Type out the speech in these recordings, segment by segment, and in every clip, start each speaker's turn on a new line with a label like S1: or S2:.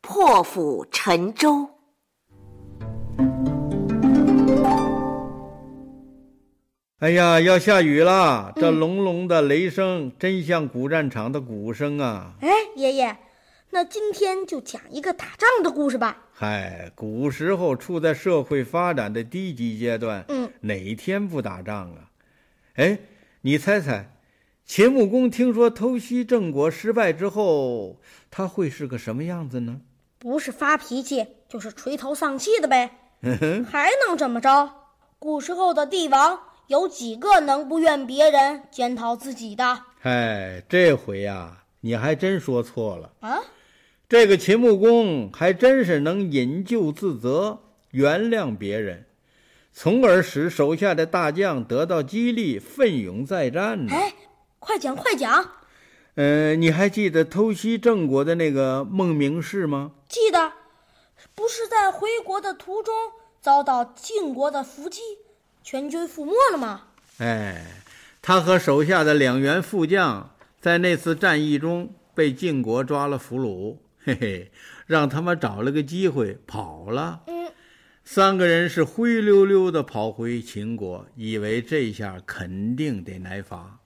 S1: 破釜沉舟。
S2: 哎呀，要下雨了！这隆隆的雷声真像古战场的鼓声啊！
S3: 哎，爷爷，那今天就讲一个打仗的故事吧。
S2: 嗨，古时候处在社会发展的低级阶段，
S3: 嗯，
S2: 哪天不打仗啊？哎，你猜猜，秦穆公听说偷袭郑国失败之后，他会是个什么样子呢？
S3: 不是发脾气，就是垂头丧气的呗，
S2: 哼哼，
S3: 还能怎么着？古时候的帝王有几个能不怨别人、检讨自己的
S2: 嗨，这回呀、你还真说错了。
S3: 啊？
S2: 这个秦穆公还真是能引咎自责，原谅别人，从而使手下的大将得到激励，奋勇再战呢。
S3: 哎，快讲快讲！
S2: 呃，你还记得偷袭郑国的那个孟明氏吗？
S3: 记得，不是在回国的途中遭到晋国的伏击，全军覆没了吗？
S2: 哎，他和手下的两员副将在那次战役中被晋国抓了俘虏，嘿嘿，让他们找了个机会跑了。
S3: 嗯，
S2: 三个人是灰溜溜的跑回秦国，以为这下肯定得挨罚。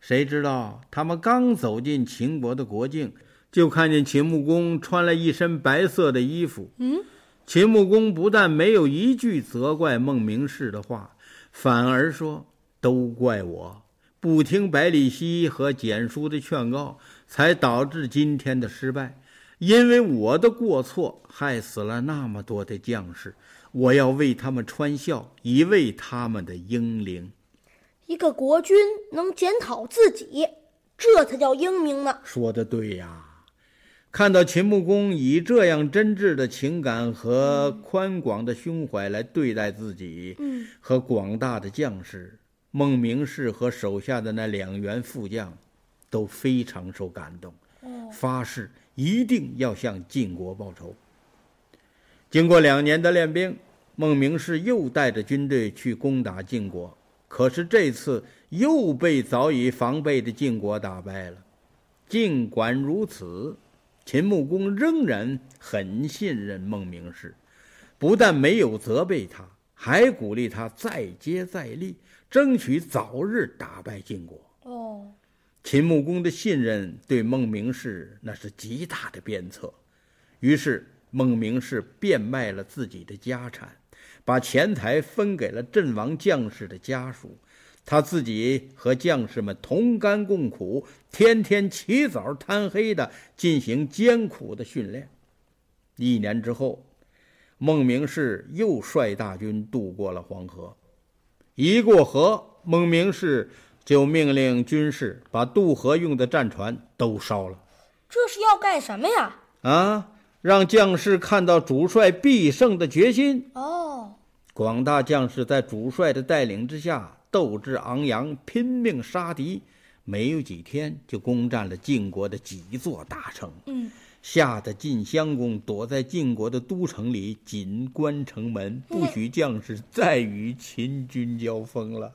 S2: 谁知道他们刚走进秦国的国境，就看见秦穆公穿了一身白色的衣服。
S3: 嗯，
S2: 秦穆公不但没有一句责怪孟明氏的话，反而说：“都怪我，不听百里奚和简书的劝告，才导致今天的失败。因为我的过错，害死了那么多的将士，我要为他们穿孝，以慰他们的英灵。”
S3: 一个国君能检讨自己，这才叫英明呢。
S2: 说的对呀。看到秦穆公以这样真挚的情感和宽广的胸怀来对待自己
S3: 嗯
S2: 和广大的将士，孟明氏和手下的那两员副将都非常受感动，发誓一定要向晋国报仇。经过两年的练兵，孟明氏又带着军队去攻打晋国，可是这次又被早已防备的晋国打败了。尽管如此，秦穆公仍然很信任孟明氏，不但没有责备他，还鼓励他再接再厉，争取早日打败晋国。
S3: 哦，
S2: 秦穆公的信任对孟明氏那是极大的鞭策，于是孟明氏变卖了自己的家产，把钱财分给了阵亡将士的家属，他自己和将士们同甘共苦，天天起早贪黑的进行艰苦的训练。一年之后，孟明氏又率大军渡过了黄河。一过河，孟明氏就命令军士把渡河用的战船都烧了
S3: 这是要干什么呀？
S2: 啊，让将士看到主帅必胜的决心。
S3: 哦，
S2: 广大将士在主帅的带领之下，斗志昂扬，拼命杀敌，没有几天就攻占了晋国的几座大城，
S3: 嗯，
S2: 吓得晋襄公躲在晋国的都城里紧关城门，不许将士再与秦军交锋了。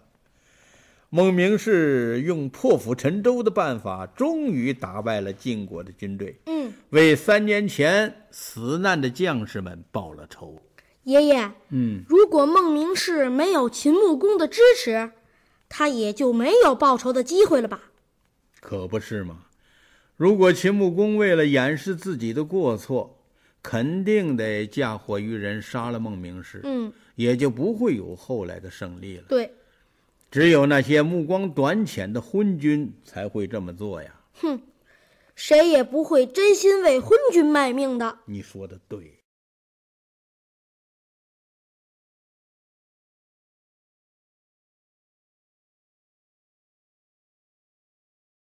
S2: 孟明氏用破釜沉舟的办法，终于打败了晋国的军队，
S3: 嗯，
S2: 为三年前死难的将士们报了仇。
S3: 爷爷，
S2: 嗯。
S3: 如果孟明氏没有秦穆公的支持，他也就没有报仇的机会了吧？
S2: 可不是嘛！如果秦穆公为了掩饰自己的过错，肯定得嫁祸于人，杀了孟明氏，
S3: 嗯，
S2: 也就不会有后来的胜利了。
S3: 对，
S2: 只有那些目光短浅的昏君才会这么做呀！
S3: 谁也不会真心为昏君卖命的。
S2: 你说的对。